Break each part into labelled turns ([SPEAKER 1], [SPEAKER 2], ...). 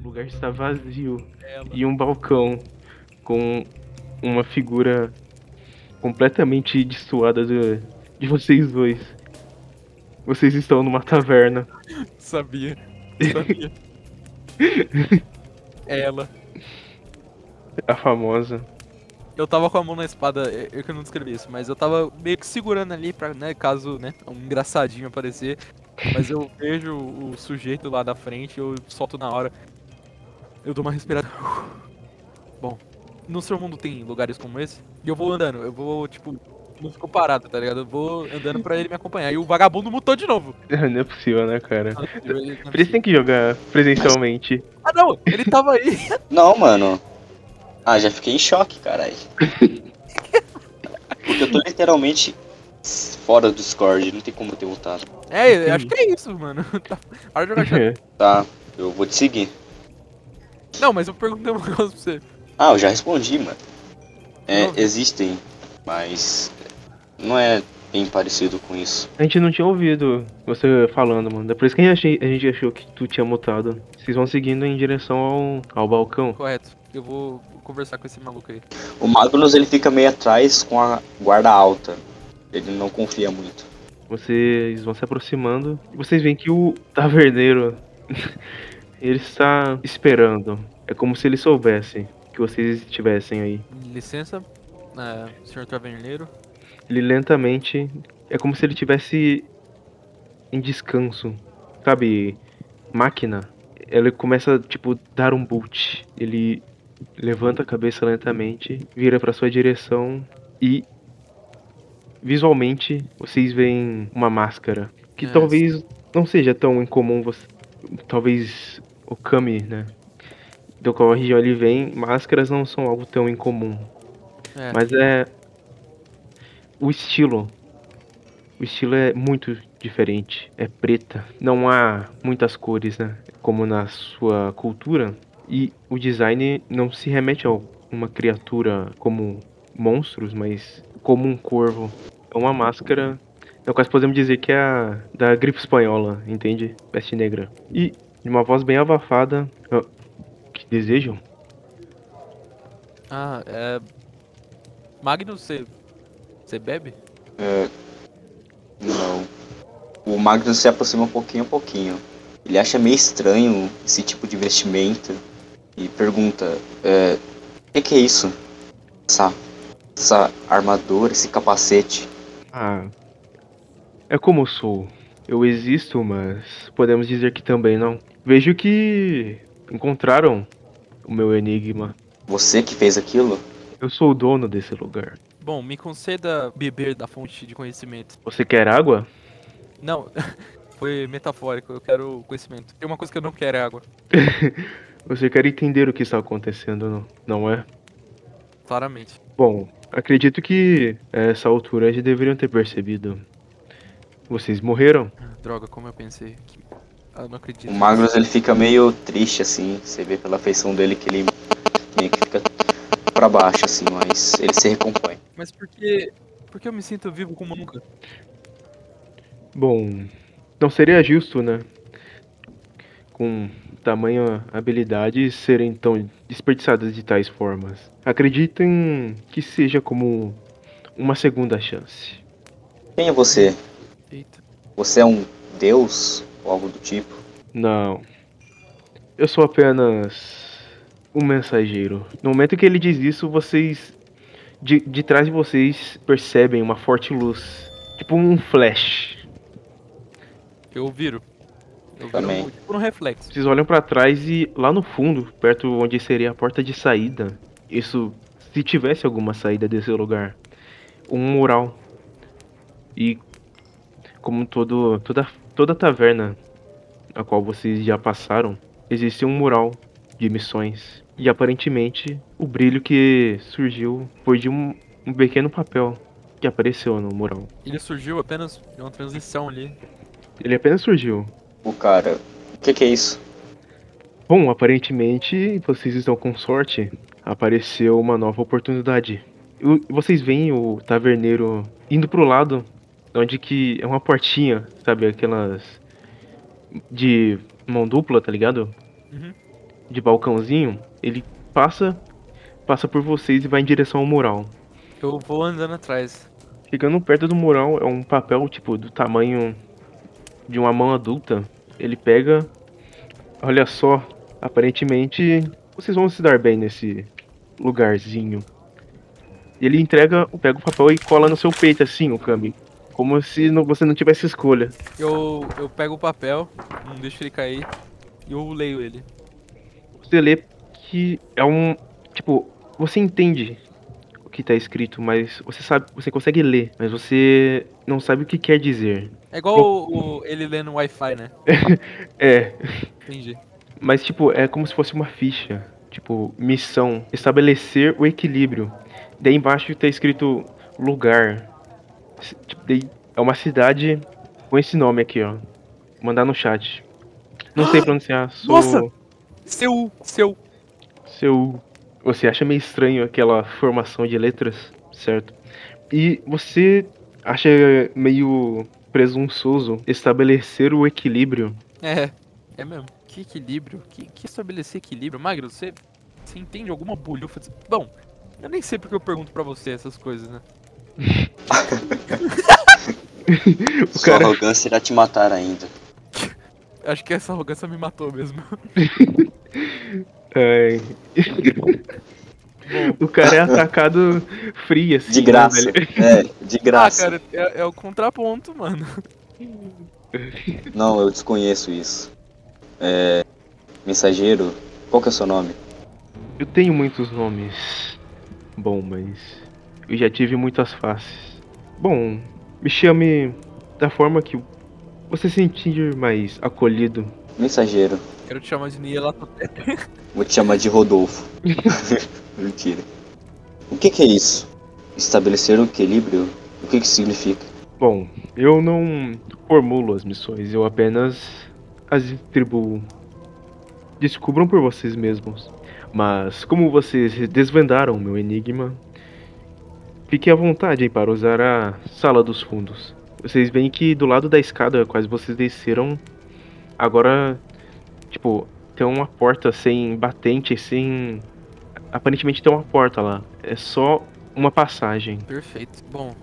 [SPEAKER 1] O lugar está vazio
[SPEAKER 2] Ela.
[SPEAKER 1] e um balcão com uma figura completamente destoada de, de vocês dois. Vocês estão numa taverna.
[SPEAKER 2] Sabia. Sabia. Ela.
[SPEAKER 1] A famosa.
[SPEAKER 2] Eu tava com a mão na espada, eu- eu que não descrevi isso, mas eu tava meio que segurando ali pra, né, caso, né, um engraçadinho aparecer. Mas eu vejo o sujeito lá da frente, eu solto na hora. Eu dou uma respirada. Bom, no seu mundo tem lugares como esse? E eu vou andando, eu vou, tipo, não fico parado, tá ligado? Eu vou andando pra ele me acompanhar. E o vagabundo mutou de novo.
[SPEAKER 1] Não é possível, né, cara?
[SPEAKER 2] Ele-
[SPEAKER 1] Eles têm que jogar presencialmente.
[SPEAKER 2] Ah não, ele tava aí.
[SPEAKER 3] Não, mano. Ah, já fiquei em choque, caralho. Porque eu tô literalmente fora do Discord, não tem como eu ter voltado.
[SPEAKER 2] É, eu acho que é isso, mano. Tá, hora de jogar xadrez.
[SPEAKER 1] É.
[SPEAKER 3] Tá, eu vou te seguir.
[SPEAKER 2] Não, mas eu perguntei uma coisa pra você.
[SPEAKER 3] Ah, eu já respondi, mano. É,
[SPEAKER 2] Não.
[SPEAKER 3] existem, mas não é bem parecido com isso.
[SPEAKER 1] A gente não tinha ouvido você falando, mano. É por isso que a gente, a gente achou que tu tinha mutado. Vocês vão seguindo em direção ao, ao balcão.
[SPEAKER 2] Correto. Eu vou conversar com esse maluco aí.
[SPEAKER 3] O Magnus ele fica meio atrás com a guarda alta. Ele não confia muito.
[SPEAKER 1] Vocês vão se aproximando e vocês veem que o taverneiro ele está esperando. É como se ele soubesse que vocês estivessem aí.
[SPEAKER 2] Licença, é, senhor taverneiro.
[SPEAKER 1] Ele lentamente é como se ele tivesse em descanso, sabe? Máquina. Ela começa tipo dar um boot. Ele levanta a cabeça lentamente, vira para sua direção e visualmente vocês veem uma máscara que
[SPEAKER 2] É,
[SPEAKER 1] talvez não seja tão incomum você, talvez o Kami, né? Do qual a região ele vem, máscaras não são algo tão incomum.
[SPEAKER 2] É,
[SPEAKER 1] Mas é. O estilo. O estilo é muito diferente. É preta. Não há muitas cores, né? Como na sua cultura. E o design não se remete a uma criatura como monstros, mas como um corvo. É uma máscara. Então, quase podemos dizer que é a da gripe espanhola, entende? Peste negra. E, de uma voz bem abafada. "Ah, Que desejam?
[SPEAKER 2] Ah, é. Magnus, você. Você bebe?
[SPEAKER 3] É, Não. O Magnus se aproxima um pouquinho a pouquinho. Ele acha meio estranho esse tipo de vestimenta e pergunta: é, O que, que é isso? Essa, essa armadura, esse capacete.
[SPEAKER 1] Ah, é como eu sou. Eu existo, mas podemos dizer que também não. Vejo que encontraram o meu enigma.
[SPEAKER 3] Você que fez aquilo?
[SPEAKER 1] Eu sou o dono desse lugar.
[SPEAKER 2] Bom, me conceda beber da fonte de conhecimento.
[SPEAKER 1] Você quer água?
[SPEAKER 2] Não, foi metafórico, eu quero conhecimento. Tem uma coisa que eu não quero é água,
[SPEAKER 1] Você quer entender o que está acontecendo, não, não é?
[SPEAKER 2] claramente.
[SPEAKER 1] Bom, acredito que a essa altura já deveriam ter percebido. Vocês morreram?
[SPEAKER 2] Ah, Droga, como eu pensei. Que... Ah, eu não acredito.
[SPEAKER 3] O Magnus ele fica meio triste assim. Você vê pela feição dele que ele meio que fica pra baixo assim, mas ele se recompõe.
[SPEAKER 2] Mas por que. Por que eu me sinto vivo como nunca?
[SPEAKER 1] Bom, não seria justo, né? Com tamanha habilidade serem tão desperdiçadas de tais formas. Acreditem que seja como uma segunda chance.
[SPEAKER 3] Quem é você?
[SPEAKER 2] Eita.
[SPEAKER 3] Você é um deus ou algo do tipo?
[SPEAKER 1] Não. Eu sou apenas um mensageiro. No momento que ele diz isso, vocês. De, de trás de vocês percebem uma forte luz. Tipo um flash.
[SPEAKER 2] Eu viro. Eu
[SPEAKER 3] Também.
[SPEAKER 2] viro tipo no reflexo.
[SPEAKER 1] Vocês olham pra trás e lá no fundo, perto onde seria a porta de saída, isso se tivesse alguma saída desse lugar, um mural. E como todo toda toda taverna a qual vocês já passaram, existe um mural de missões. E aparentemente, o brilho que surgiu foi de um, um pequeno papel que apareceu no mural.
[SPEAKER 2] Ele surgiu apenas de uma transição ali.
[SPEAKER 1] Ele apenas surgiu.
[SPEAKER 3] O cara, o que, que é isso?
[SPEAKER 1] Bom, aparentemente vocês estão com sorte. Apareceu uma nova oportunidade. O- Vocês veem o taverneiro indo pro lado, onde que é uma portinha, sabe? Aquelas de mão dupla, tá ligado?
[SPEAKER 2] Uhum.
[SPEAKER 1] de balcãozinho, ele passa passa por vocês e vai em direção ao mural.
[SPEAKER 2] Eu vou andando atrás.
[SPEAKER 1] Chegando perto do mural, é um papel, tipo, do tamanho de uma mão adulta. Ele pega. Olha só, aparentemente vocês vão se dar bem nesse lugarzinho. Ele entrega, pega o papel e cola no seu peito, assim, o Kami. Como se não- você não tivesse escolha.
[SPEAKER 2] Eu, eu pego o papel, não deixo ele cair, e eu leio ele.
[SPEAKER 1] Você lê que é um. Tipo, você entende o que tá escrito, mas você sabe. Você consegue ler, mas você não sabe o que quer dizer.
[SPEAKER 2] É igual o, o- ele lendo Wi-Fi, né?
[SPEAKER 1] É,
[SPEAKER 2] Entendi.
[SPEAKER 1] Mas, tipo, é como se fosse uma ficha. Tipo, missão. Estabelecer o equilíbrio. Daí embaixo tá escrito lugar. C- Tipo, daí é uma cidade com esse nome aqui, ó. Vou Mandar no chat. Não sei pronunciar. Sou...
[SPEAKER 2] Nossa! Seu, seu.
[SPEAKER 1] Seu. Você acha meio estranho aquela formação de letras, certo? E você acha meio presunçoso estabelecer o equilíbrio.
[SPEAKER 2] É, é mesmo. Que equilíbrio? Que, que estabelecer equilíbrio? Magro, você, você entende alguma bolhufa? disso? Bom, eu nem sei porque eu pergunto pra você essas coisas, né?
[SPEAKER 1] O
[SPEAKER 3] Sua
[SPEAKER 1] cara-
[SPEAKER 3] arrogância irá te matar ainda.
[SPEAKER 2] Acho que essa arrogância me matou mesmo.
[SPEAKER 1] Ai. o cara é atacado fria, assim.
[SPEAKER 3] De
[SPEAKER 1] né,
[SPEAKER 3] graça.
[SPEAKER 1] velho?
[SPEAKER 3] É, de graça.
[SPEAKER 2] Ah, cara, é, é o contraponto, mano.
[SPEAKER 3] Não, eu desconheço isso. É, Mensageiro, qual que é o seu nome?
[SPEAKER 1] Eu tenho muitos nomes. Bom, mas. Eu já tive muitas faces. Bom, me chame da forma que você se sentir mais acolhido.
[SPEAKER 3] Mensageiro,
[SPEAKER 2] Quero te chamar de Nielatoteca.
[SPEAKER 3] vou te chamar de Rodolfo. Mentira. O que, que é isso? Estabelecer o equilíbrio? O que, que significa?
[SPEAKER 1] Bom, eu não formulo as missões, eu apenas as distribuo. Descubram por vocês mesmos. Mas como vocês desvendaram meu enigma, fiquem à vontade hein, para usar a sala dos fundos. Vocês veem que do lado da escada, quase vocês desceram, agora tipo tem uma porta sem batente, sem aparentemente tem uma porta lá. É só uma passagem.
[SPEAKER 2] Perfeito. Bom,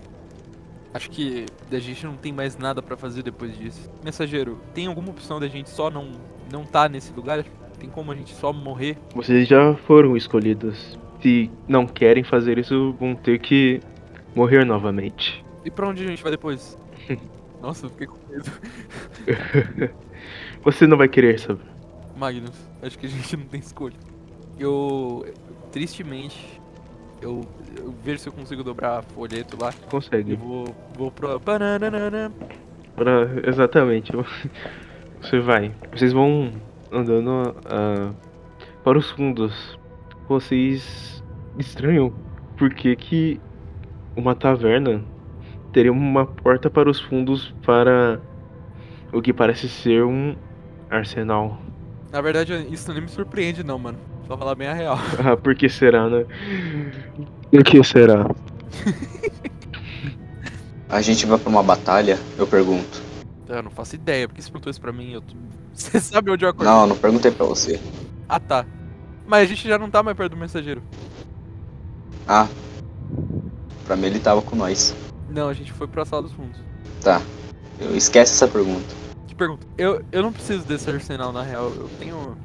[SPEAKER 2] acho que a gente não tem mais nada pra fazer depois disso. Mensageiro, tem alguma opção da gente só não não tá nesse lugar? Tem como a gente só morrer?
[SPEAKER 1] Vocês já foram escolhidos. Se não querem fazer isso, vão ter que morrer novamente.
[SPEAKER 2] E pra onde a gente vai depois? Nossa, eu fiquei com medo.
[SPEAKER 1] Você não vai querer saber.
[SPEAKER 2] Magnus, acho que a gente não tem escolha. Eu, tristemente, eu, eu vejo se eu consigo dobrar folheto lá e
[SPEAKER 1] Consegue.
[SPEAKER 2] vou, vou pro... Pananana.
[SPEAKER 1] Pra- Exatamente. Você vai. Vocês vão andando ah, para os fundos. Vocês estranham por que que uma taverna teria uma porta para os fundos para o que parece ser um arsenal.
[SPEAKER 2] Na verdade, isso nem me surpreende não, mano. Pra falar bem a real.
[SPEAKER 1] Ah, por que será, né? Por que será?
[SPEAKER 3] A gente vai pra uma batalha? Eu pergunto.
[SPEAKER 2] Eu não faço ideia, porque você perguntou isso pra mim, eu... tô- Você sabe onde eu acordei?
[SPEAKER 3] Não, não perguntei pra você.
[SPEAKER 2] Ah, tá. Mas a gente já não tá mais perto do mensageiro.
[SPEAKER 3] Ah, pra mim ele tava com nós.
[SPEAKER 2] Não, a gente foi pra sala dos fundos.
[SPEAKER 3] Tá, eu esquece essa pergunta.
[SPEAKER 2] Te pergunto, eu, eu não preciso desse arsenal, na real. Eu tenho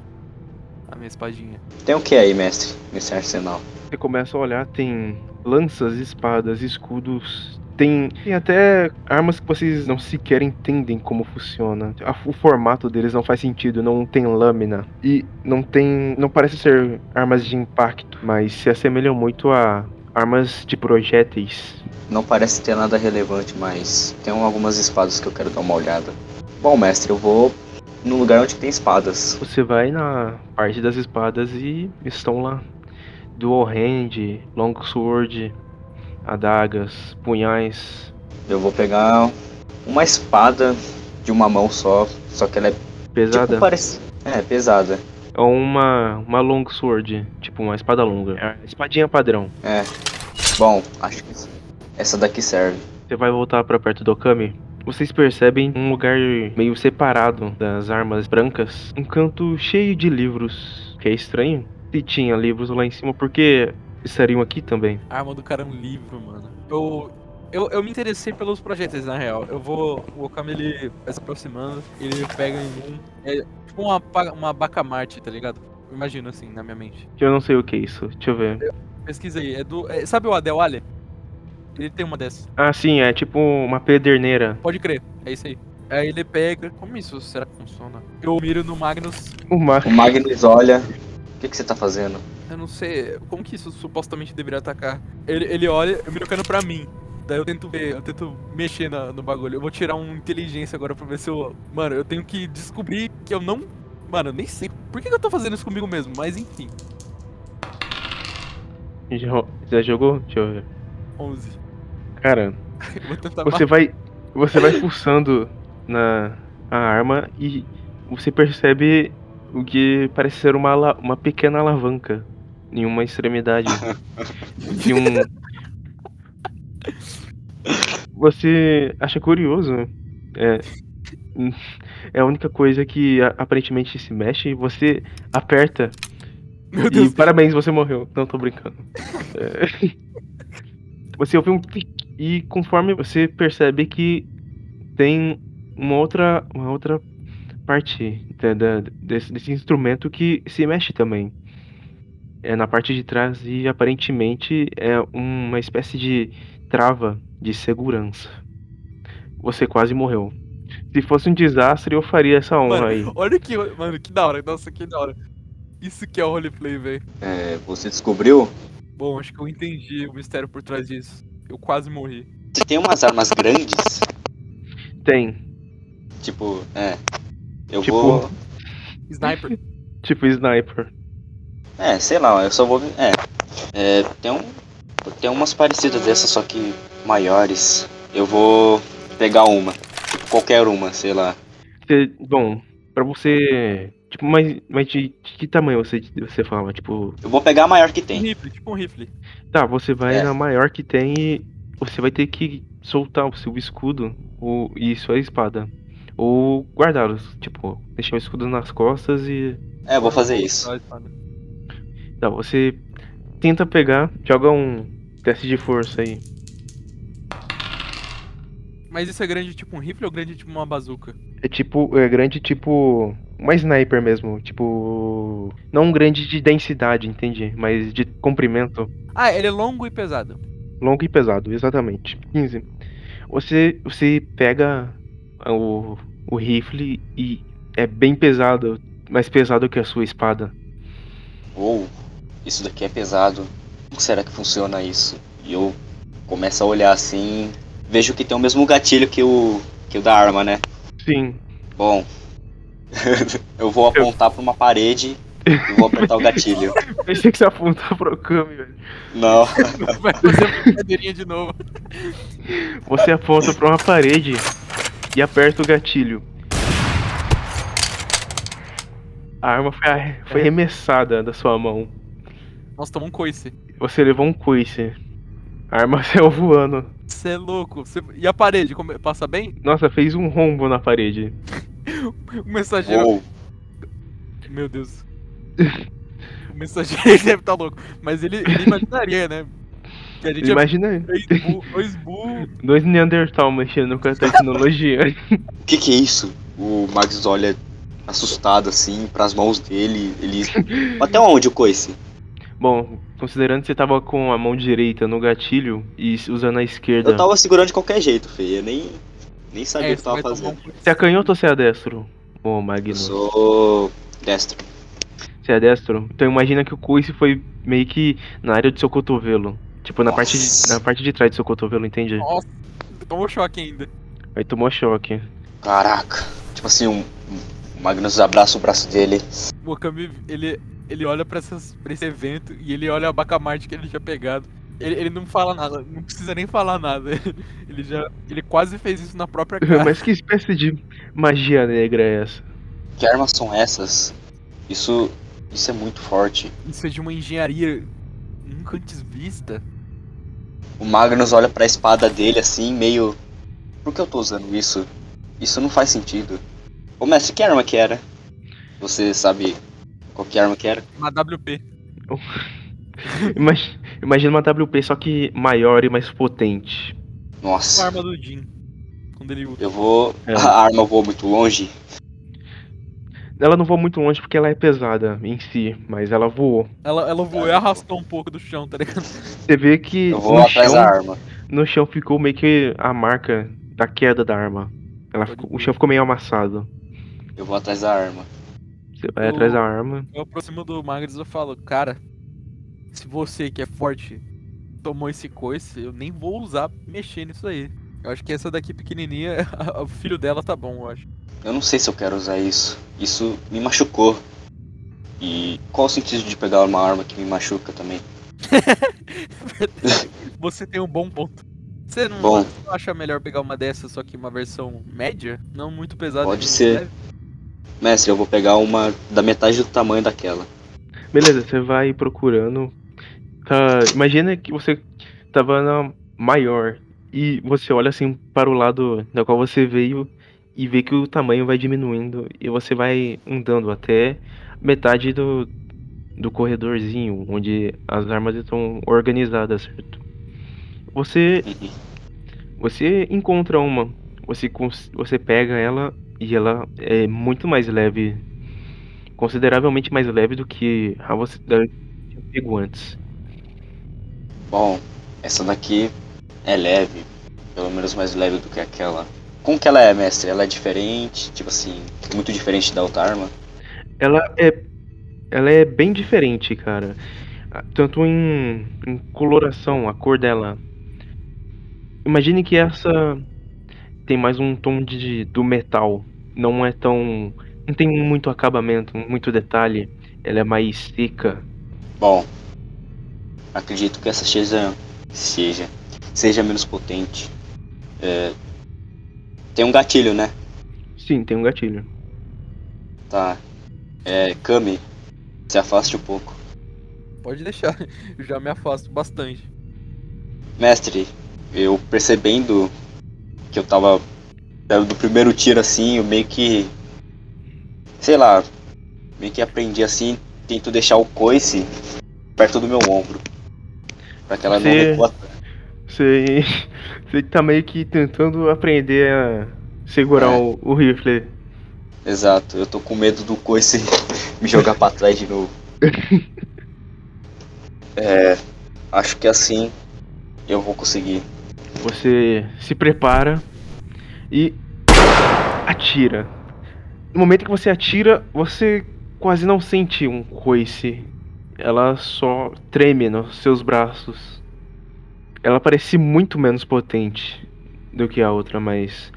[SPEAKER 2] a minha espadinha.
[SPEAKER 3] Tem o que aí, mestre, nesse arsenal?
[SPEAKER 1] Você começa a olhar, tem lanças, espadas, escudos, tem, tem até armas que vocês não sequer entendem como funciona. A- o formato deles não faz sentido, não tem lâmina e não tem, não parece ser armas de impacto, mas se assemelham muito a armas de projéteis.
[SPEAKER 3] Não parece ter nada relevante, mas tem algumas espadas que eu quero dar uma olhada. Bom, mestre, eu vou num lugar onde tem espadas.
[SPEAKER 1] Você vai na parte das espadas e estão lá dual hand, long sword, adagas, punhais,
[SPEAKER 3] Eu vou pegar uma espada de uma mão só, só que ela é
[SPEAKER 1] pesada.
[SPEAKER 3] tipo parece. É, pesada.
[SPEAKER 1] É uma, uma long sword, tipo uma espada longa. É a espadinha padrão.
[SPEAKER 3] É. Bom, acho que essa daqui serve.
[SPEAKER 1] Você vai voltar pra perto do Okami. Vocês percebem um lugar meio separado das armas brancas, um canto cheio de livros. que é estranho. Se tinha livros lá em cima, por que estariam aqui também?
[SPEAKER 2] A arma do cara é um livro, mano. Eu, eu, eu me interessei pelos projéteis, na real. Eu vou. O Okami ele vai se aproximando, ele pega em um. É tipo uma, pa- uma bacamarte, tá ligado? Eu Imagino assim, na minha mente.
[SPEAKER 1] Eu não sei o que é isso. Deixa eu ver.
[SPEAKER 2] Pesquisa aí, é do. é- sabe o Adel Ali? Ele tem uma dessas.
[SPEAKER 1] Ah, sim, é tipo uma pederneira.
[SPEAKER 2] Pode crer, é isso aí. Aí ele pega. Como isso será que funciona? Eu miro no Magnus,
[SPEAKER 1] Uma.
[SPEAKER 3] O Magnus olha. O que, que você tá fazendo?
[SPEAKER 2] eu não sei. Como que isso supostamente deveria atacar? Ele, ele olha, eu miro cano pra mim. Daí eu tento ver, eu tento mexer na- no bagulho. Eu vou tirar um inteligência agora pra ver se eu. Mano, eu tenho que descobrir que eu não. Mano, eu nem sei. Por que, que eu tô fazendo isso comigo mesmo? Mas enfim,
[SPEAKER 1] Jo- Já jogou? Deixa eu ver.
[SPEAKER 2] 11.
[SPEAKER 1] Cara,
[SPEAKER 2] Eu vou tentar
[SPEAKER 1] você vai. Você vai pulsando na a arma e você percebe o que parece ser uma, ala- uma pequena alavanca em uma extremidade. de um. Você acha curioso? É. É a única coisa que a- aparentemente se mexe e você aperta
[SPEAKER 2] Meu
[SPEAKER 1] E
[SPEAKER 2] Deus,
[SPEAKER 1] parabéns, você morreu. Não, tô brincando. É. Você ouve um tic e conforme você percebe que tem uma outra, uma outra parte da- da- desse, desse instrumento que se mexe também. É na parte de trás e aparentemente é uma espécie de trava de segurança. Você quase morreu. Se fosse um desastre, eu faria essa honra
[SPEAKER 2] mano,
[SPEAKER 1] aí.
[SPEAKER 2] olha que. Mano, que da hora. Nossa, que da hora. Isso que é o roleplay, velho.
[SPEAKER 3] É, você descobriu?
[SPEAKER 2] Bom, acho que eu entendi o mistério por trás disso. Eu quase morri.
[SPEAKER 3] Você tem umas armas grandes?
[SPEAKER 1] Tem,
[SPEAKER 3] Tipo, é. Eu
[SPEAKER 1] Tipo-
[SPEAKER 3] vou.
[SPEAKER 2] Sniper.
[SPEAKER 1] tipo sniper.
[SPEAKER 3] É, sei lá, eu só vou. É. é tem, um, tem umas parecidas dessas, só que maiores. Eu vou pegar uma. Tipo, qualquer uma, sei lá.
[SPEAKER 1] Cê- bom, pra você. Tipo, mas, mas de, de que tamanho você, você fala? Tipo,
[SPEAKER 3] Eu vou pegar a maior que
[SPEAKER 2] um
[SPEAKER 3] tem.
[SPEAKER 2] rifle, tipo um rifle.
[SPEAKER 1] tá, você vai
[SPEAKER 3] É.
[SPEAKER 1] na maior que tem e você vai ter que soltar o seu escudo ou, e sua espada. Ou guardá-los, tipo, deixar o escudo nas costas e.
[SPEAKER 3] É, eu vou fazer isso.
[SPEAKER 1] Tá, você tenta pegar, joga um teste de força aí.
[SPEAKER 2] Mas isso é grande tipo um rifle ou grande tipo uma bazuca?
[SPEAKER 1] É tipo, é grande tipo. Uma sniper mesmo, tipo. Não grande de densidade, entendi, mas de comprimento.
[SPEAKER 2] Ah, ele é longo e pesado.
[SPEAKER 1] Longo e pesado, exatamente. 15. Você, você pega o, o rifle e é bem pesado, mais pesado que a sua espada.
[SPEAKER 3] Uou, isso daqui é pesado. Como será que funciona isso? E eu começo a olhar assim. Vejo que tem o mesmo gatilho que o, que o da arma, né?
[SPEAKER 1] Sim.
[SPEAKER 3] Bom, eu vou apontar pra uma parede e vou apertar o gatilho.
[SPEAKER 1] Pensei que você apontar pro Okami, velho.
[SPEAKER 3] Não.
[SPEAKER 2] Vai fazer brincadeirinha de novo.
[SPEAKER 1] Você aponta pra uma parede e aperta o gatilho. A arma foi, arre-
[SPEAKER 3] É.
[SPEAKER 1] foi arremessada da sua mão.
[SPEAKER 2] Nossa, tomou um coice.
[SPEAKER 1] Você levou um coice. A arma saiu voando.
[SPEAKER 2] Você é louco. Cê- E a parede, como- passa bem?
[SPEAKER 1] Nossa, fez um rombo na parede.
[SPEAKER 2] O mensageiro.
[SPEAKER 3] Uou, Oh.
[SPEAKER 2] Meu Deus. O mensageiro ele deve estar louco. Mas ele, ele imaginaria, né? Que a gente é
[SPEAKER 1] Imagina aí.
[SPEAKER 2] dois bu, dois bu
[SPEAKER 1] Dois Neandertal mexendo com a tecnologia.
[SPEAKER 3] o que, que é isso? O Max olha assustado assim pras mãos dele. Ele. Até onde o coice?
[SPEAKER 1] Bom, considerando que você tava com a mão direita no gatilho e s- usando a esquerda.
[SPEAKER 3] Eu tava segurando de qualquer jeito, feio. Eu nem, nem sabia
[SPEAKER 2] É,
[SPEAKER 3] o que
[SPEAKER 2] você vai
[SPEAKER 3] eu tava
[SPEAKER 2] tomar um
[SPEAKER 3] fazendo.
[SPEAKER 2] coice.
[SPEAKER 1] Você é canhoto ou você é destro? Bom,
[SPEAKER 3] Eu
[SPEAKER 1] Magnus.
[SPEAKER 3] sou destro.
[SPEAKER 1] Você é destro? Então imagina que o coice foi meio que na área do seu cotovelo. Tipo, na parte, de,
[SPEAKER 3] Nossa.
[SPEAKER 1] na parte de trás do seu cotovelo, entende?
[SPEAKER 2] Nossa, tomou choque ainda.
[SPEAKER 1] Aí tomou choque.
[SPEAKER 3] Caraca. Tipo assim, um, um- o Magnus abraça o braço dele.
[SPEAKER 2] O Okami, ele, ele olha pra, essas- pra esse evento e ele olha a Bacamarte que ele tinha pegado. Ele, ele não fala nada, não precisa nem falar nada. Ele já. Ele quase fez isso na própria cara.
[SPEAKER 1] Mas que espécie de magia negra é essa?
[SPEAKER 3] Que armas são essas? Isso. Isso é muito forte.
[SPEAKER 2] Isso é de uma engenharia nunca antes vista.
[SPEAKER 3] O Magnus olha pra espada dele assim, meio. Por que eu tô usando isso? Isso não faz sentido. Ô mestre, que arma que era? Você sabe Qual que arma que era?
[SPEAKER 2] Uma WP.
[SPEAKER 1] Imag- Imagina uma WP, só que maior e mais potente.
[SPEAKER 2] Uma
[SPEAKER 3] Nossa,
[SPEAKER 2] arma do Jin. Quando ele usa.
[SPEAKER 3] eu vou.
[SPEAKER 1] É.
[SPEAKER 3] A arma voa muito longe.
[SPEAKER 1] Ela não voa muito longe porque ela é pesada em si, mas ela voou.
[SPEAKER 2] Ela, ela voou e
[SPEAKER 3] É,
[SPEAKER 2] arrastou um pouco do chão, tá ligado?
[SPEAKER 1] Você vê que
[SPEAKER 3] Eu vou
[SPEAKER 1] no
[SPEAKER 3] atrás
[SPEAKER 1] chão,
[SPEAKER 3] da arma.
[SPEAKER 1] no chão ficou meio que a marca da queda da arma. Ela
[SPEAKER 2] Pode
[SPEAKER 1] ficou- o
[SPEAKER 2] crer.
[SPEAKER 1] chão ficou meio amassado.
[SPEAKER 3] Eu vou atrás da arma.
[SPEAKER 1] Você vai
[SPEAKER 2] Eu-
[SPEAKER 1] atrás da arma.
[SPEAKER 2] Eu aproximo do Magnus e falo, cara, se você que é forte tomou esse coice, eu nem vou usar mexer nisso aí. Eu acho que essa daqui pequenininha, o filho dela tá bom, eu acho.
[SPEAKER 3] Eu não sei se eu quero usar isso. Isso me machucou. E qual o sentido de pegar uma arma que me machuca também?
[SPEAKER 2] Você tem um bom ponto. Você não
[SPEAKER 3] Bom.
[SPEAKER 2] acha melhor pegar uma dessa, só que uma versão média? Não muito pesada.
[SPEAKER 3] Pode
[SPEAKER 2] nem
[SPEAKER 3] ser.
[SPEAKER 2] leve?
[SPEAKER 3] Mestre, eu vou pegar uma da metade do tamanho daquela.
[SPEAKER 1] Beleza, você vai procurando. Tá, imagina que você tava na maior e você olha assim para o lado da qual você veio e vê que o tamanho vai diminuindo e você vai andando até metade do, do corredorzinho onde as armas estão organizadas, certo? Você
[SPEAKER 3] Uhum.
[SPEAKER 1] você encontra uma, você cons- você pega ela e ela é muito mais leve, consideravelmente mais leve do que a você da que eu pego antes.
[SPEAKER 3] Bom, essa daqui é leve. Pelo menos mais leve do que aquela. Como que ela é, mestre? Ela é diferente? Tipo assim, muito diferente da outra arma?
[SPEAKER 1] Ela é, ela é bem diferente, cara. Ah, Tanto em, em coloração, a cor dela. Imagine que essa tem mais um tom de, do metal. Não é tão. Não tem muito acabamento, muito detalhe. Ela é mais seca.
[SPEAKER 3] Bom, acredito que essa seja seja seja menos potente. É, tem um gatilho, né?
[SPEAKER 1] Sim, tem um gatilho.
[SPEAKER 3] Tá. É, Kami, se afaste um pouco.
[SPEAKER 2] Pode deixar. Eu já me afasto bastante.
[SPEAKER 3] Mestre, eu percebendo que eu tava eh, do primeiro tiro assim, eu meio que sei lá, meio que aprendi assim, tento deixar o coice perto do meu ombro. Pra que ela não
[SPEAKER 1] Você-
[SPEAKER 3] recua
[SPEAKER 1] Você, você tá meio que tentando aprender a segurar
[SPEAKER 3] É.
[SPEAKER 1] o, o rifle.
[SPEAKER 3] Exato, eu tô com medo do coice me jogar pra trás de novo. é, acho que assim eu vou conseguir.
[SPEAKER 1] Você se prepara e atira. No momento que você atira, você quase não sente um coice. Ela só treme nos seus braços. Ela parece muito menos potente do que a outra, mas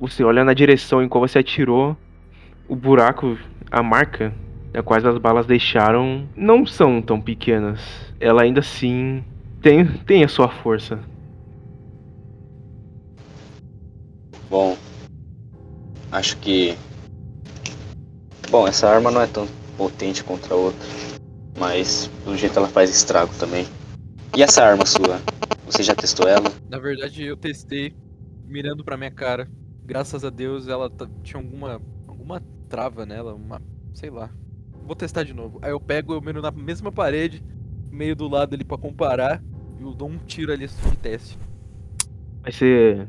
[SPEAKER 1] você olha na direção em qual você atirou, o buraco, a marca na quais as balas deixaram, não são tão pequenas. Ela ainda assim tem, tem a sua força.
[SPEAKER 3] Bom, acho que. Bom, essa arma não é tão potente contra a outra, mas do jeito ela faz estrago também. E essa arma sua? Você já testou ela?
[SPEAKER 2] Na verdade, eu testei mirando pra minha cara. Graças a Deus, ela tá- tinha alguma alguma trava nela, uma, sei lá. Vou testar de novo. Aí eu pego, eu miro na mesma parede, meio do lado ali pra comparar, e eu dou um tiro ali só de teste.
[SPEAKER 1] Vai ser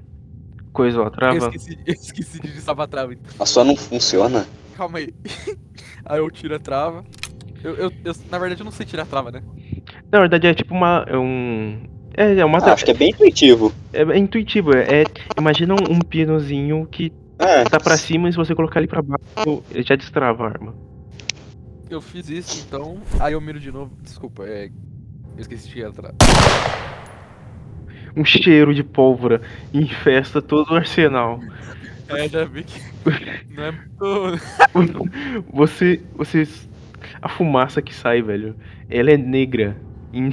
[SPEAKER 1] coisa ou
[SPEAKER 2] Eu
[SPEAKER 1] trava?
[SPEAKER 2] esqueci, eu esqueci de destravar a trava.
[SPEAKER 3] A sua não funciona?
[SPEAKER 2] Calma aí. aí eu tiro a trava. Eu, eu- eu- na verdade, eu não sei tirar a trava, né?
[SPEAKER 1] Na verdade é tipo uma. É um. É, é uma.
[SPEAKER 3] Ah, acho que é bem intuitivo.
[SPEAKER 1] É, é intuitivo. É, é- imagina um, um pinozinho que
[SPEAKER 3] É,
[SPEAKER 1] tá pra cima e se você colocar ele pra baixo, ele já destrava a arma.
[SPEAKER 2] Eu fiz isso, então. Aí eu miro de novo. Desculpa, é. Eu esqueci de tirar a trava.
[SPEAKER 1] Um cheiro de pólvora infesta todo o arsenal.
[SPEAKER 2] É, já vi que. Não é muito.
[SPEAKER 1] Você. Você. A fumaça que sai, velho. Ela é negra. E-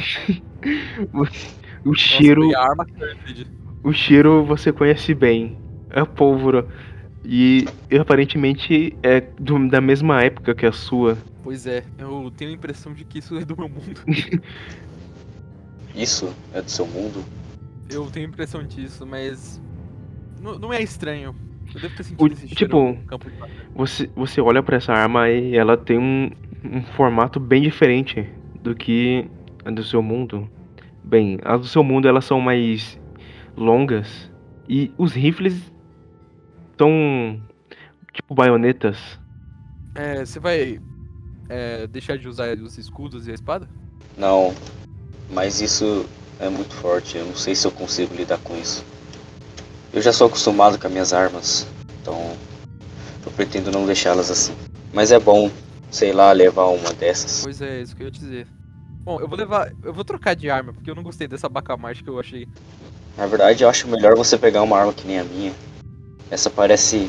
[SPEAKER 1] Você- O cheiro.
[SPEAKER 2] Nossa, e a arma Cursed.
[SPEAKER 1] O cheiro você conhece bem. É a pólvora. E e aparentemente é do- da mesma época que a sua.
[SPEAKER 2] Pois é, eu tenho a impressão de que isso é do meu mundo.
[SPEAKER 3] isso é do seu mundo?
[SPEAKER 2] Eu tenho a impressão disso, mas. Não, não é estranho. Eu devo ter
[SPEAKER 1] O-
[SPEAKER 2] sentido esse cheiro
[SPEAKER 1] tipo,
[SPEAKER 2] no campo de batalha.
[SPEAKER 1] Você, você olha pra essa arma e ela tem um, um formato bem diferente do que a do seu mundo. Bem, as do seu mundo elas são mais longas e os rifles são tipo baionetas.
[SPEAKER 2] É, você vai é, deixar de usar os escudos e a espada?
[SPEAKER 3] Não, mas isso é muito forte. Eu não sei se eu consigo lidar com isso. Eu já sou acostumado com as minhas armas, então eu pretendo não deixá-las assim. Mas é bom, sei lá, levar uma dessas.
[SPEAKER 2] Pois é, isso que eu ia te dizer. Bom, eu vou levar. Eu vou trocar de arma, porque eu não gostei dessa bacamarte que eu achei.
[SPEAKER 3] Na verdade, eu acho melhor você pegar uma arma que nem a minha. Essa parece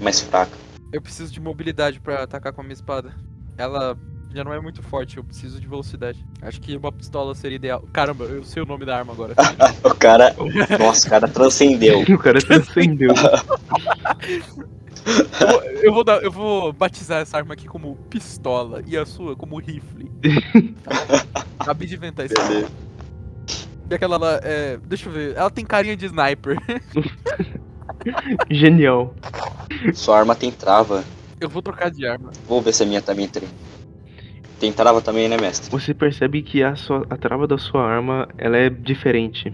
[SPEAKER 3] mais fraca.
[SPEAKER 2] Eu preciso de mobilidade pra atacar com a minha espada. Ela já não é muito forte, eu preciso de velocidade. Acho que uma pistola seria ideal. Caramba, eu sei o nome da arma agora.
[SPEAKER 3] O cara. Nossa, o cara transcendeu.
[SPEAKER 1] O cara transcendeu.
[SPEAKER 2] Eu vou- eu, vou dar- eu vou batizar essa arma aqui como pistola e a sua como rifle. Tá? Acabei de inventar isso.
[SPEAKER 3] Beleza.
[SPEAKER 2] E aquela lá, é, deixa eu ver, ela tem carinha de sniper.
[SPEAKER 1] Genial.
[SPEAKER 3] Sua arma tem trava.
[SPEAKER 2] Eu vou trocar de arma.
[SPEAKER 3] Vou ver se a minha também tem. Tem trava também, né, mestre?
[SPEAKER 1] Você percebe que a, sua, a trava da sua arma ela é diferente.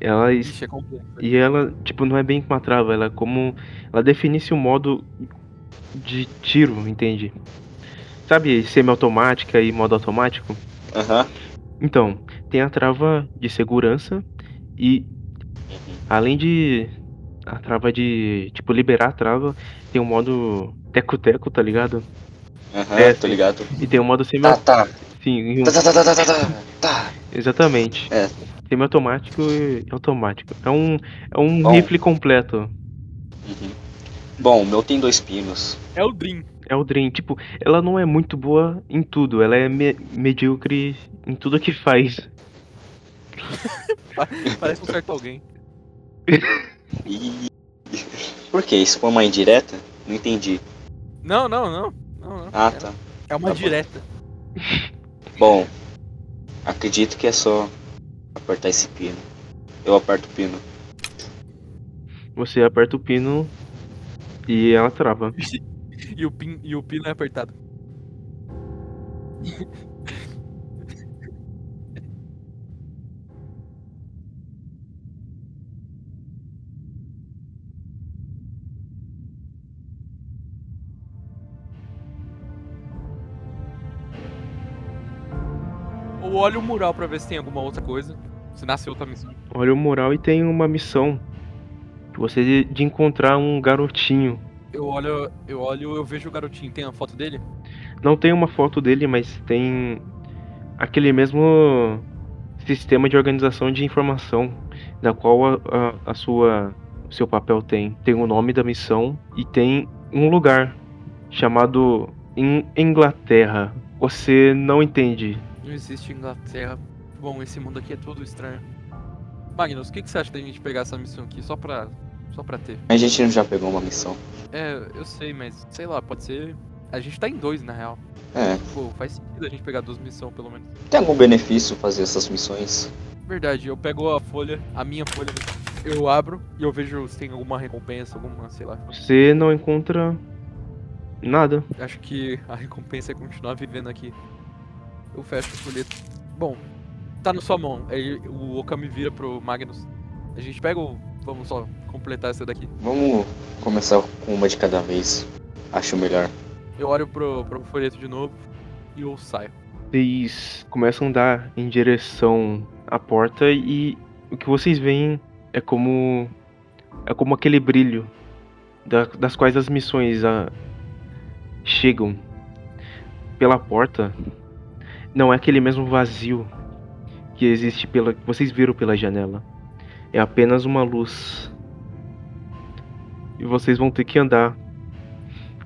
[SPEAKER 1] Ela es-
[SPEAKER 2] Ixi, é complexo.
[SPEAKER 1] E ela, tipo, não é bem uma trava, ela é como. Ela definisse o modo de tiro, entende? Sabe, semi-automática e modo automático?
[SPEAKER 3] Aham.
[SPEAKER 1] Então, tem a trava de segurança e além de a trava de. Tipo, liberar a trava, tem o modo teco-teco, tá ligado?
[SPEAKER 3] Aham,
[SPEAKER 1] É,
[SPEAKER 3] tô ligado.
[SPEAKER 1] E tem o modo semi
[SPEAKER 3] Tá, tá.
[SPEAKER 1] Sim, e um-
[SPEAKER 3] Tá, tá, tá, tá, tá, tá, tá. tá.
[SPEAKER 1] exatamente.
[SPEAKER 3] É.
[SPEAKER 1] Semi-automático e automático. É um, é um
[SPEAKER 3] Bom.
[SPEAKER 1] rifle completo.
[SPEAKER 3] Uhum. Bom, o meu tem dois pinos.
[SPEAKER 2] É o Dream.
[SPEAKER 1] Eldrin, tipo, ela não é muito boa em tudo, ela é me- medíocre em tudo que faz.
[SPEAKER 2] Parece um certo alguém.
[SPEAKER 3] E... Por quê? Isso foi uma indireta? Não entendi.
[SPEAKER 2] Não, não, não. não, não.
[SPEAKER 3] Ah,
[SPEAKER 2] É-
[SPEAKER 3] tá.
[SPEAKER 2] É uma
[SPEAKER 3] Tá bom.
[SPEAKER 2] direta.
[SPEAKER 3] Bom, acredito que é só apertar esse pino. Eu aperto o pino.
[SPEAKER 1] Você aperta o pino e ela trava.
[SPEAKER 2] E o, pin, e o pino é apertado. Ou olha o mural pra ver se tem alguma outra coisa. Se nasceu outra missão.
[SPEAKER 1] Olha o mural e tem uma missão. Você de, de encontrar um garotinho.
[SPEAKER 2] Eu olho, eu olho, eu vejo o garotinho. Tem a foto dele?
[SPEAKER 1] Não tem uma foto dele, mas tem aquele mesmo sistema de organização de informação da qual a, a- a sua o seu papel tem. Tem o nome da missão e tem um lugar chamado In- Inglaterra. Você não entende.
[SPEAKER 2] Não existe Inglaterra. Bom, esse mundo aqui é todo estranho. Magnus, o que, que você acha da gente pegar essa missão aqui só pra. só pra ter?
[SPEAKER 3] A gente não já pegou uma missão.
[SPEAKER 2] É, eu sei, mas sei lá, pode ser. A gente tá em dois, na real.
[SPEAKER 3] É.
[SPEAKER 2] Pô, faz sentido a gente pegar duas missões, pelo menos.
[SPEAKER 3] Tem algum benefício fazer essas missões?
[SPEAKER 2] Verdade, eu pego a folha, a minha folha, eu abro e eu vejo se tem alguma recompensa, alguma, sei lá.
[SPEAKER 1] Você não encontra nada.
[SPEAKER 2] Acho que a recompensa é continuar vivendo aqui. Eu fecho o folheto. Bom, tá na sua mão. Aí o Okami vira pro Magnus. A gente pega ou vamos só completar essa daqui?
[SPEAKER 3] Vamos começar com uma de cada vez. Acho melhor.
[SPEAKER 2] Eu olho pro, pro folheto de novo e eu saio.
[SPEAKER 1] Vocês começam a andar em direção à porta e o que vocês veem é como é como aquele brilho da- das quais as missões ah, chegam pela porta. Não é aquele mesmo vazio que existe pela que vocês viram pela janela. É apenas uma luz. E vocês vão ter que andar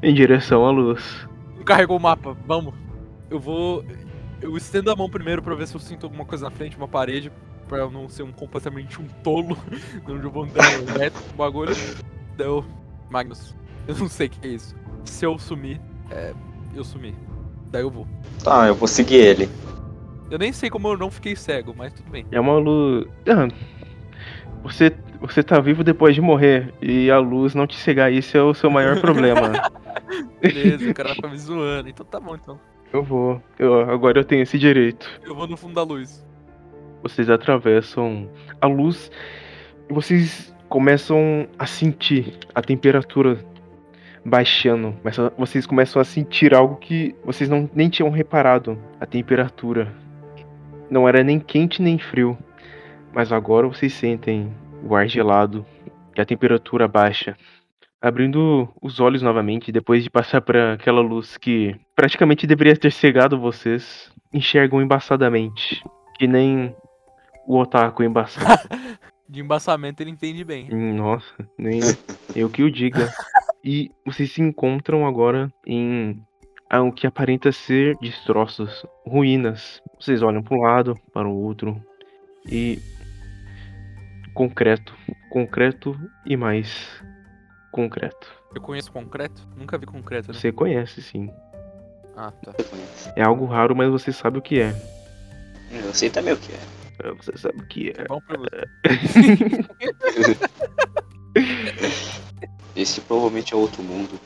[SPEAKER 1] em direção à luz.
[SPEAKER 2] Não Carregou o mapa, vamos. Eu vou. Eu estendo a mão primeiro pra ver se eu sinto alguma coisa na frente, uma parede, pra eu não ser um completamente um tolo, onde eu vou andar reto com o bagulho. Deu. Magnus, eu não sei o que é isso. Se eu sumir, é. Eu sumi. Daí eu vou.
[SPEAKER 3] Tá, eu vou seguir ele.
[SPEAKER 2] Eu nem sei como eu não fiquei cego, mas tudo bem.
[SPEAKER 1] É uma luz. Ah, você, você tá vivo depois de morrer e a luz não te cegar, isso é o seu maior problema.
[SPEAKER 2] Beleza, o cara tá me zoando, então tá bom então.
[SPEAKER 1] Eu vou. Eu- agora eu tenho esse direito.
[SPEAKER 2] Eu vou no fundo da luz.
[SPEAKER 1] Vocês atravessam a luz e vocês começam a sentir a temperatura baixando. Mas a- vocês começam a sentir algo que vocês não, nem tinham reparado. A temperatura. Não era nem quente nem frio. Mas agora vocês sentem o ar gelado e a temperatura baixa. Abrindo os olhos novamente, depois de passar para aquela luz que praticamente deveria ter cegado vocês, enxergam embaçadamente. Que nem o otaku embaçado.
[SPEAKER 2] De embaçamento ele entende bem.
[SPEAKER 1] Hum, Nossa, nem eu que o diga. E vocês se encontram agora em ah, o que aparenta ser destroços, ruínas. Vocês olham para um lado, para o outro e concreto, concreto e mais concreto.
[SPEAKER 2] Eu conheço concreto? Nunca vi concreto, né?
[SPEAKER 1] Você conhece, sim.
[SPEAKER 2] Ah, tá.
[SPEAKER 3] Você conhece.
[SPEAKER 1] É algo raro, mas você sabe o que é.
[SPEAKER 3] Eu sei também o que é.
[SPEAKER 1] É, Você sabe o que é.
[SPEAKER 2] Bom pra você.
[SPEAKER 3] Esse provavelmente é outro mundo.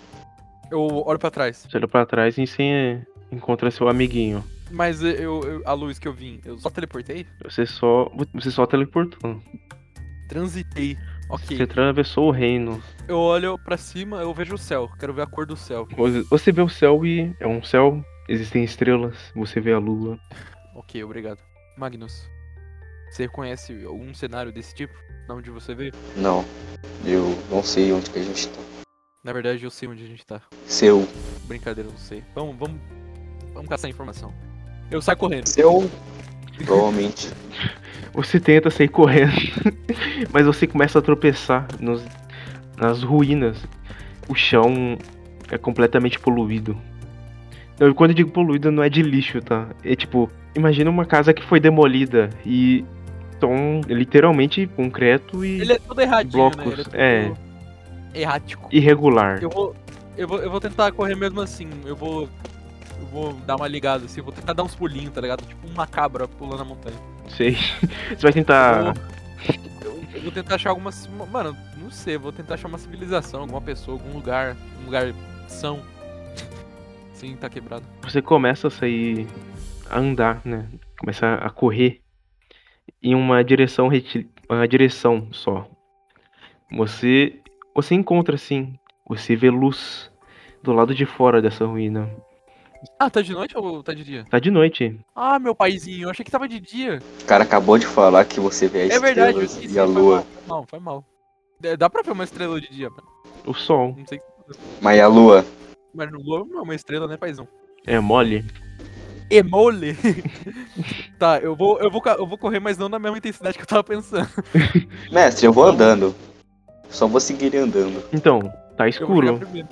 [SPEAKER 2] Eu olho pra trás.
[SPEAKER 1] Você olha pra trás e você encontra seu amiguinho.
[SPEAKER 2] Mas eu, eu- a luz que eu vim, eu só teleportei?
[SPEAKER 1] Você só, você só teleportou.
[SPEAKER 2] Transitei.
[SPEAKER 1] Você
[SPEAKER 2] Ok.
[SPEAKER 1] atravessou o reino.
[SPEAKER 2] Eu olho pra cima, eu vejo o céu. Quero ver a cor do céu.
[SPEAKER 1] Você- Você vê o céu e é um céu. Existem estrelas. Você vê a lua.
[SPEAKER 2] Ok, obrigado. Magnus, você conhece algum cenário desse tipo? Da onde você veio?
[SPEAKER 3] Não. Eu não sei onde que a gente tá.
[SPEAKER 2] Na verdade, eu sei onde a gente tá.
[SPEAKER 3] Seu.
[SPEAKER 2] Brincadeira, eu não sei. Vamos, vamos, vamos caçar informação. Eu saio correndo.
[SPEAKER 3] Seu. Provavelmente.
[SPEAKER 1] Você tenta sair correndo, mas você começa a tropeçar nos- nas ruínas. O chão é completamente poluído. Não, e quando eu digo poluído, não é de lixo, tá? É tipo, imagina uma casa que foi demolida e estão literalmente concreto e
[SPEAKER 2] Ele é todo erradinho, né?
[SPEAKER 1] Blocos,
[SPEAKER 2] Ele
[SPEAKER 1] é.
[SPEAKER 2] todo errático.
[SPEAKER 1] irregular.
[SPEAKER 2] Eu vou, eu vou. Eu vou tentar correr mesmo assim. Eu vou. Eu vou dar uma ligada assim. Eu vou tentar dar uns pulinhos, tá ligado? Tipo uma cabra pulando a montanha.
[SPEAKER 1] Não sei. Você vai tentar.
[SPEAKER 2] Eu, eu vou tentar achar alguma. ci- Mano, não sei. eu Vou tentar achar uma civilização, alguma pessoa, algum lugar. Um lugar são. Sim, tá quebrado.
[SPEAKER 1] Você começa a sair. a andar, né? Começa a correr em uma direção reti- uma direção só. Você. Você encontra sim. Você vê luz do lado de fora dessa ruína.
[SPEAKER 2] Ah, tá de noite ou tá de dia?
[SPEAKER 1] Tá de noite.
[SPEAKER 2] Ah, meu paizinho, eu achei que tava de dia.
[SPEAKER 3] O cara acabou de falar que você vê as
[SPEAKER 2] é verdade, eu
[SPEAKER 3] estrelas
[SPEAKER 2] esqueci.
[SPEAKER 3] e a
[SPEAKER 2] foi
[SPEAKER 3] lua.
[SPEAKER 2] Mal, foi mal, foi mal. É, Dá pra ver uma estrela de dia, mano.
[SPEAKER 1] O sol
[SPEAKER 2] Não sei.
[SPEAKER 3] Mas e a lua?
[SPEAKER 2] Mas no lua não é uma estrela, né, paizão?
[SPEAKER 1] é mole.
[SPEAKER 2] Emole! tá, eu vou, eu, vou, ca- eu vou correr, mas não na mesma intensidade que eu tava pensando.
[SPEAKER 3] Mestre, eu vou andando. Só vou seguir andando.
[SPEAKER 1] Então, tá
[SPEAKER 2] Eu vou chegar
[SPEAKER 1] escuro.
[SPEAKER 2] primeiro.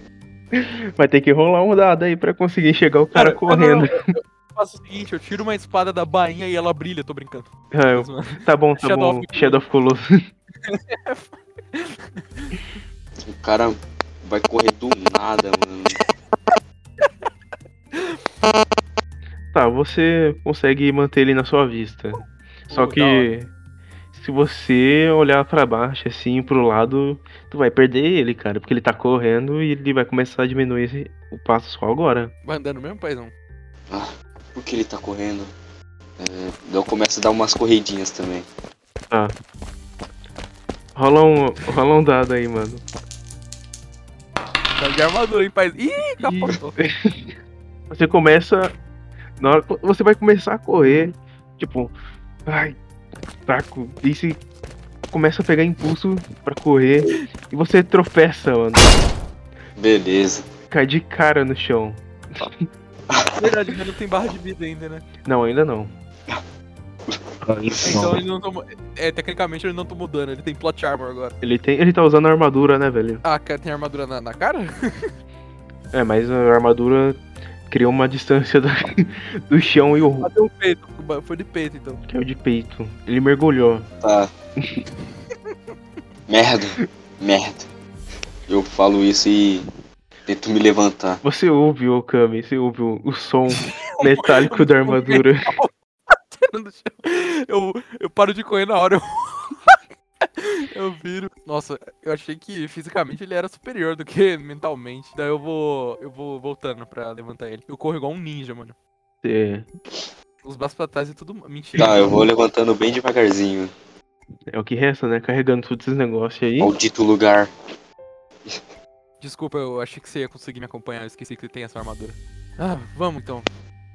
[SPEAKER 1] Vai ter que rolar um dado aí pra conseguir chegar o cara,
[SPEAKER 2] Cara,
[SPEAKER 1] correndo.
[SPEAKER 2] Eu, não, eu- eu faço o seguinte, eu tiro uma espada da bainha e ela brilha, tô brincando.
[SPEAKER 1] Ah, eu- tá bom, tá
[SPEAKER 2] Shadow
[SPEAKER 1] bom.
[SPEAKER 2] of
[SPEAKER 1] Shadow of Colossus.
[SPEAKER 3] O cara vai correr do nada, mano.
[SPEAKER 1] Tá, você consegue manter ele na sua vista. Só
[SPEAKER 2] da
[SPEAKER 1] que se você olhar pra baixo, assim, pro lado, tu vai perder ele, cara, porque ele tá correndo e ele vai começar a diminuir esse- o passo só agora.
[SPEAKER 2] Vai andando mesmo, paizão?
[SPEAKER 3] Por que ele tá correndo? É, eu começo a dar umas corridinhas também.
[SPEAKER 1] Rola um, rola um dado aí, mano.
[SPEAKER 2] Tá de armadura, hein, paizão? Ih, capotou.
[SPEAKER 1] Você começa. Na hora que você vai começar a correr, tipo, ai, taco. E você começa a pegar impulso pra correr e você tropeça, mano.
[SPEAKER 3] Beleza.
[SPEAKER 1] Cai de cara no chão.
[SPEAKER 2] É Verdade, ele não tem barra de vida ainda, né?
[SPEAKER 1] Não, ainda não.
[SPEAKER 2] Então ele não tomou. É, tecnicamente ele não tomou dano, ele tem plot armor agora.
[SPEAKER 1] Ele, tem, ele tá usando armadura, né, velho?
[SPEAKER 2] Ah, cara, tem armadura na, na cara?
[SPEAKER 1] É, mas a armadura criou uma distância da- do chão e o
[SPEAKER 2] Bateu o peito, foi de peito então.
[SPEAKER 1] que é o de peito. Ele mergulhou.
[SPEAKER 3] Tá. merda. Merda. Eu falo isso e tento me levantar.
[SPEAKER 1] Você ouve, Okami, você ouve o, o som metálico da armadura.
[SPEAKER 2] No chão. Eu, eu paro de correr na hora. Eu, Eu viro. Nossa, eu achei que fisicamente ele era superior do que mentalmente. Daí eu vou. Eu vou voltando pra levantar ele. Eu corro igual um ninja, mano.
[SPEAKER 1] É,
[SPEAKER 2] Os braços pra trás e tudo. Mentira.
[SPEAKER 3] Tá, eu vou levantando bem devagarzinho.
[SPEAKER 1] é o que resta, né? Carregando todos esses negócios aí.
[SPEAKER 3] Maldito lugar.
[SPEAKER 2] Desculpa, eu achei que você ia conseguir me acompanhar, eu esqueci que tem essa armadura. Ah, vamos então.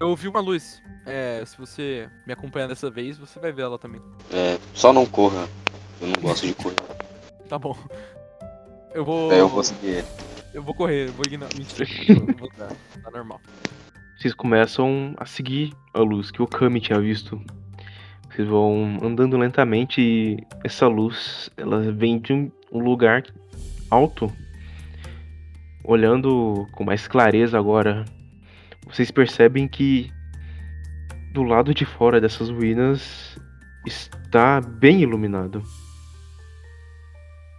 [SPEAKER 2] Eu vi uma luz. É, se você me acompanhar dessa vez, você vai ver ela também.
[SPEAKER 3] É, só não corra. Eu não gosto de correr.
[SPEAKER 2] Tá bom. Eu vou.
[SPEAKER 3] Daí É, eu vou seguir ele.
[SPEAKER 2] eu vou correr, eu vou ignorar. Mentira. eu vou dar, tá normal.
[SPEAKER 1] Vocês começam a seguir a luz que o Kami tinha visto. Vocês vão andando lentamente e essa luz, ela vem de um um lugar alto. Olhando com mais clareza agora, vocês percebem que do lado de fora dessas ruínas está bem iluminado.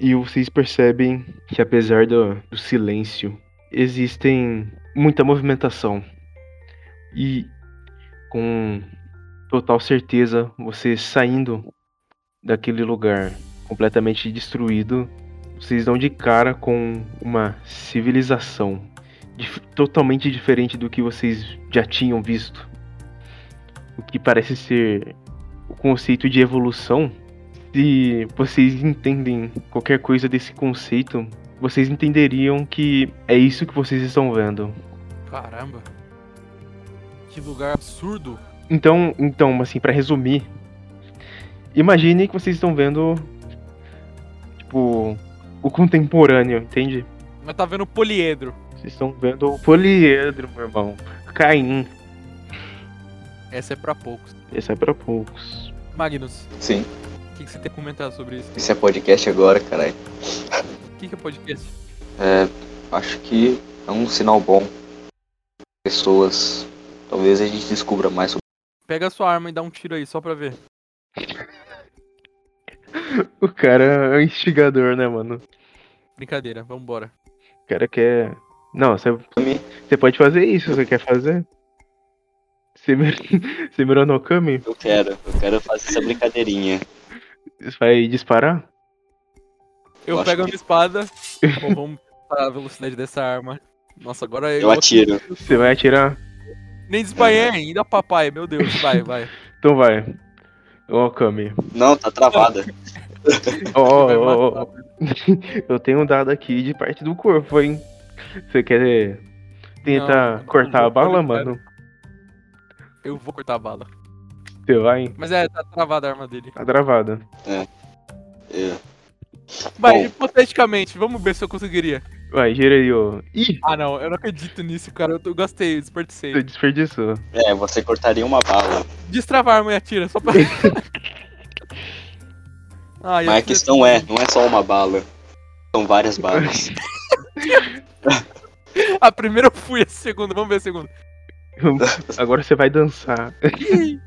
[SPEAKER 1] E vocês percebem que apesar do, do silêncio, existem muita movimentação. E com total certeza, vocês saindo daquele lugar completamente destruído, vocês dão de cara com uma civilização dif- totalmente diferente do que vocês já tinham visto. O que parece ser o conceito de evolução. Se vocês entendem qualquer coisa desse conceito, vocês entenderiam que é isso que vocês estão vendo.
[SPEAKER 2] Caramba. Que lugar absurdo.
[SPEAKER 1] Então, então, assim, pra resumir, imagine que vocês estão vendo tipo o contemporâneo, entende?
[SPEAKER 2] Mas tá vendo o poliedro.
[SPEAKER 1] Vocês estão vendo o poliedro, meu irmão. Caim.
[SPEAKER 2] Essa é pra poucos.
[SPEAKER 1] Esse é pra poucos.
[SPEAKER 2] Magnus,
[SPEAKER 3] Sim,
[SPEAKER 2] o que, que você tem a comentar sobre isso?
[SPEAKER 3] isso é podcast agora, caralho.
[SPEAKER 2] O que, que é podcast?
[SPEAKER 3] É, acho que é um sinal bom. Pessoas. Talvez a gente descubra mais sobre.
[SPEAKER 2] Pega a sua arma e dá um tiro aí, só pra ver.
[SPEAKER 1] O cara é um instigador, né, mano?
[SPEAKER 2] Brincadeira, vambora.
[SPEAKER 1] O cara quer. Não, você
[SPEAKER 3] Kami.
[SPEAKER 1] você pode fazer isso, você quer fazer? Você mir- você mirou no Kami?
[SPEAKER 3] Eu quero, eu quero fazer essa brincadeirinha.
[SPEAKER 1] Você vai disparar?
[SPEAKER 2] Eu,
[SPEAKER 3] Eu acho
[SPEAKER 2] pego a
[SPEAKER 3] que-
[SPEAKER 2] minha espada. Bom, vamos para a velocidade dessa arma. Nossa, agora eu.
[SPEAKER 3] Eu atiro.
[SPEAKER 1] Você vai atirar?
[SPEAKER 2] Nem desmaiei ainda, papai. Meu Deus, vai, vai.
[SPEAKER 1] Então vai. é Ó, Kami.
[SPEAKER 3] Não, tá travada.
[SPEAKER 1] Ó,
[SPEAKER 2] Vai
[SPEAKER 1] ó, ó,
[SPEAKER 2] matar. né?
[SPEAKER 1] ó. Eu tenho um dado aqui de parte do corpo, hein? Você quer tentar
[SPEAKER 2] Não, não
[SPEAKER 1] cortar a
[SPEAKER 2] vou,
[SPEAKER 1] bala,
[SPEAKER 2] cara.
[SPEAKER 1] mano?
[SPEAKER 2] Eu vou cortar a bala.
[SPEAKER 1] Você vai,
[SPEAKER 2] Mas é, tá travada a arma dele.
[SPEAKER 1] tá travada.
[SPEAKER 3] É.
[SPEAKER 2] Mas hipoteticamente, vamos ver se eu conseguiria.
[SPEAKER 1] Vai, gira aí, ó. Ih,
[SPEAKER 2] Ah, não, eu não acredito nisso, cara. Eu, eu gastei, eu desperdicei.
[SPEAKER 1] você desperdiçou.
[SPEAKER 3] É, você cortaria uma bala.
[SPEAKER 2] Destrava a arma e atira, só pra. ah,
[SPEAKER 3] Mas a questão é, não é só uma bala. São várias balas.
[SPEAKER 2] A primeira eu fui, a segunda, vamos ver a segunda.
[SPEAKER 1] Agora você vai dançar.
[SPEAKER 2] Ih!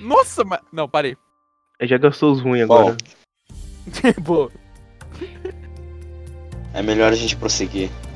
[SPEAKER 2] Nossa, mas. Não, parei.
[SPEAKER 1] Já gastou os ruins
[SPEAKER 3] Bom.
[SPEAKER 1] agora.
[SPEAKER 2] Boa.
[SPEAKER 3] É melhor a gente prosseguir.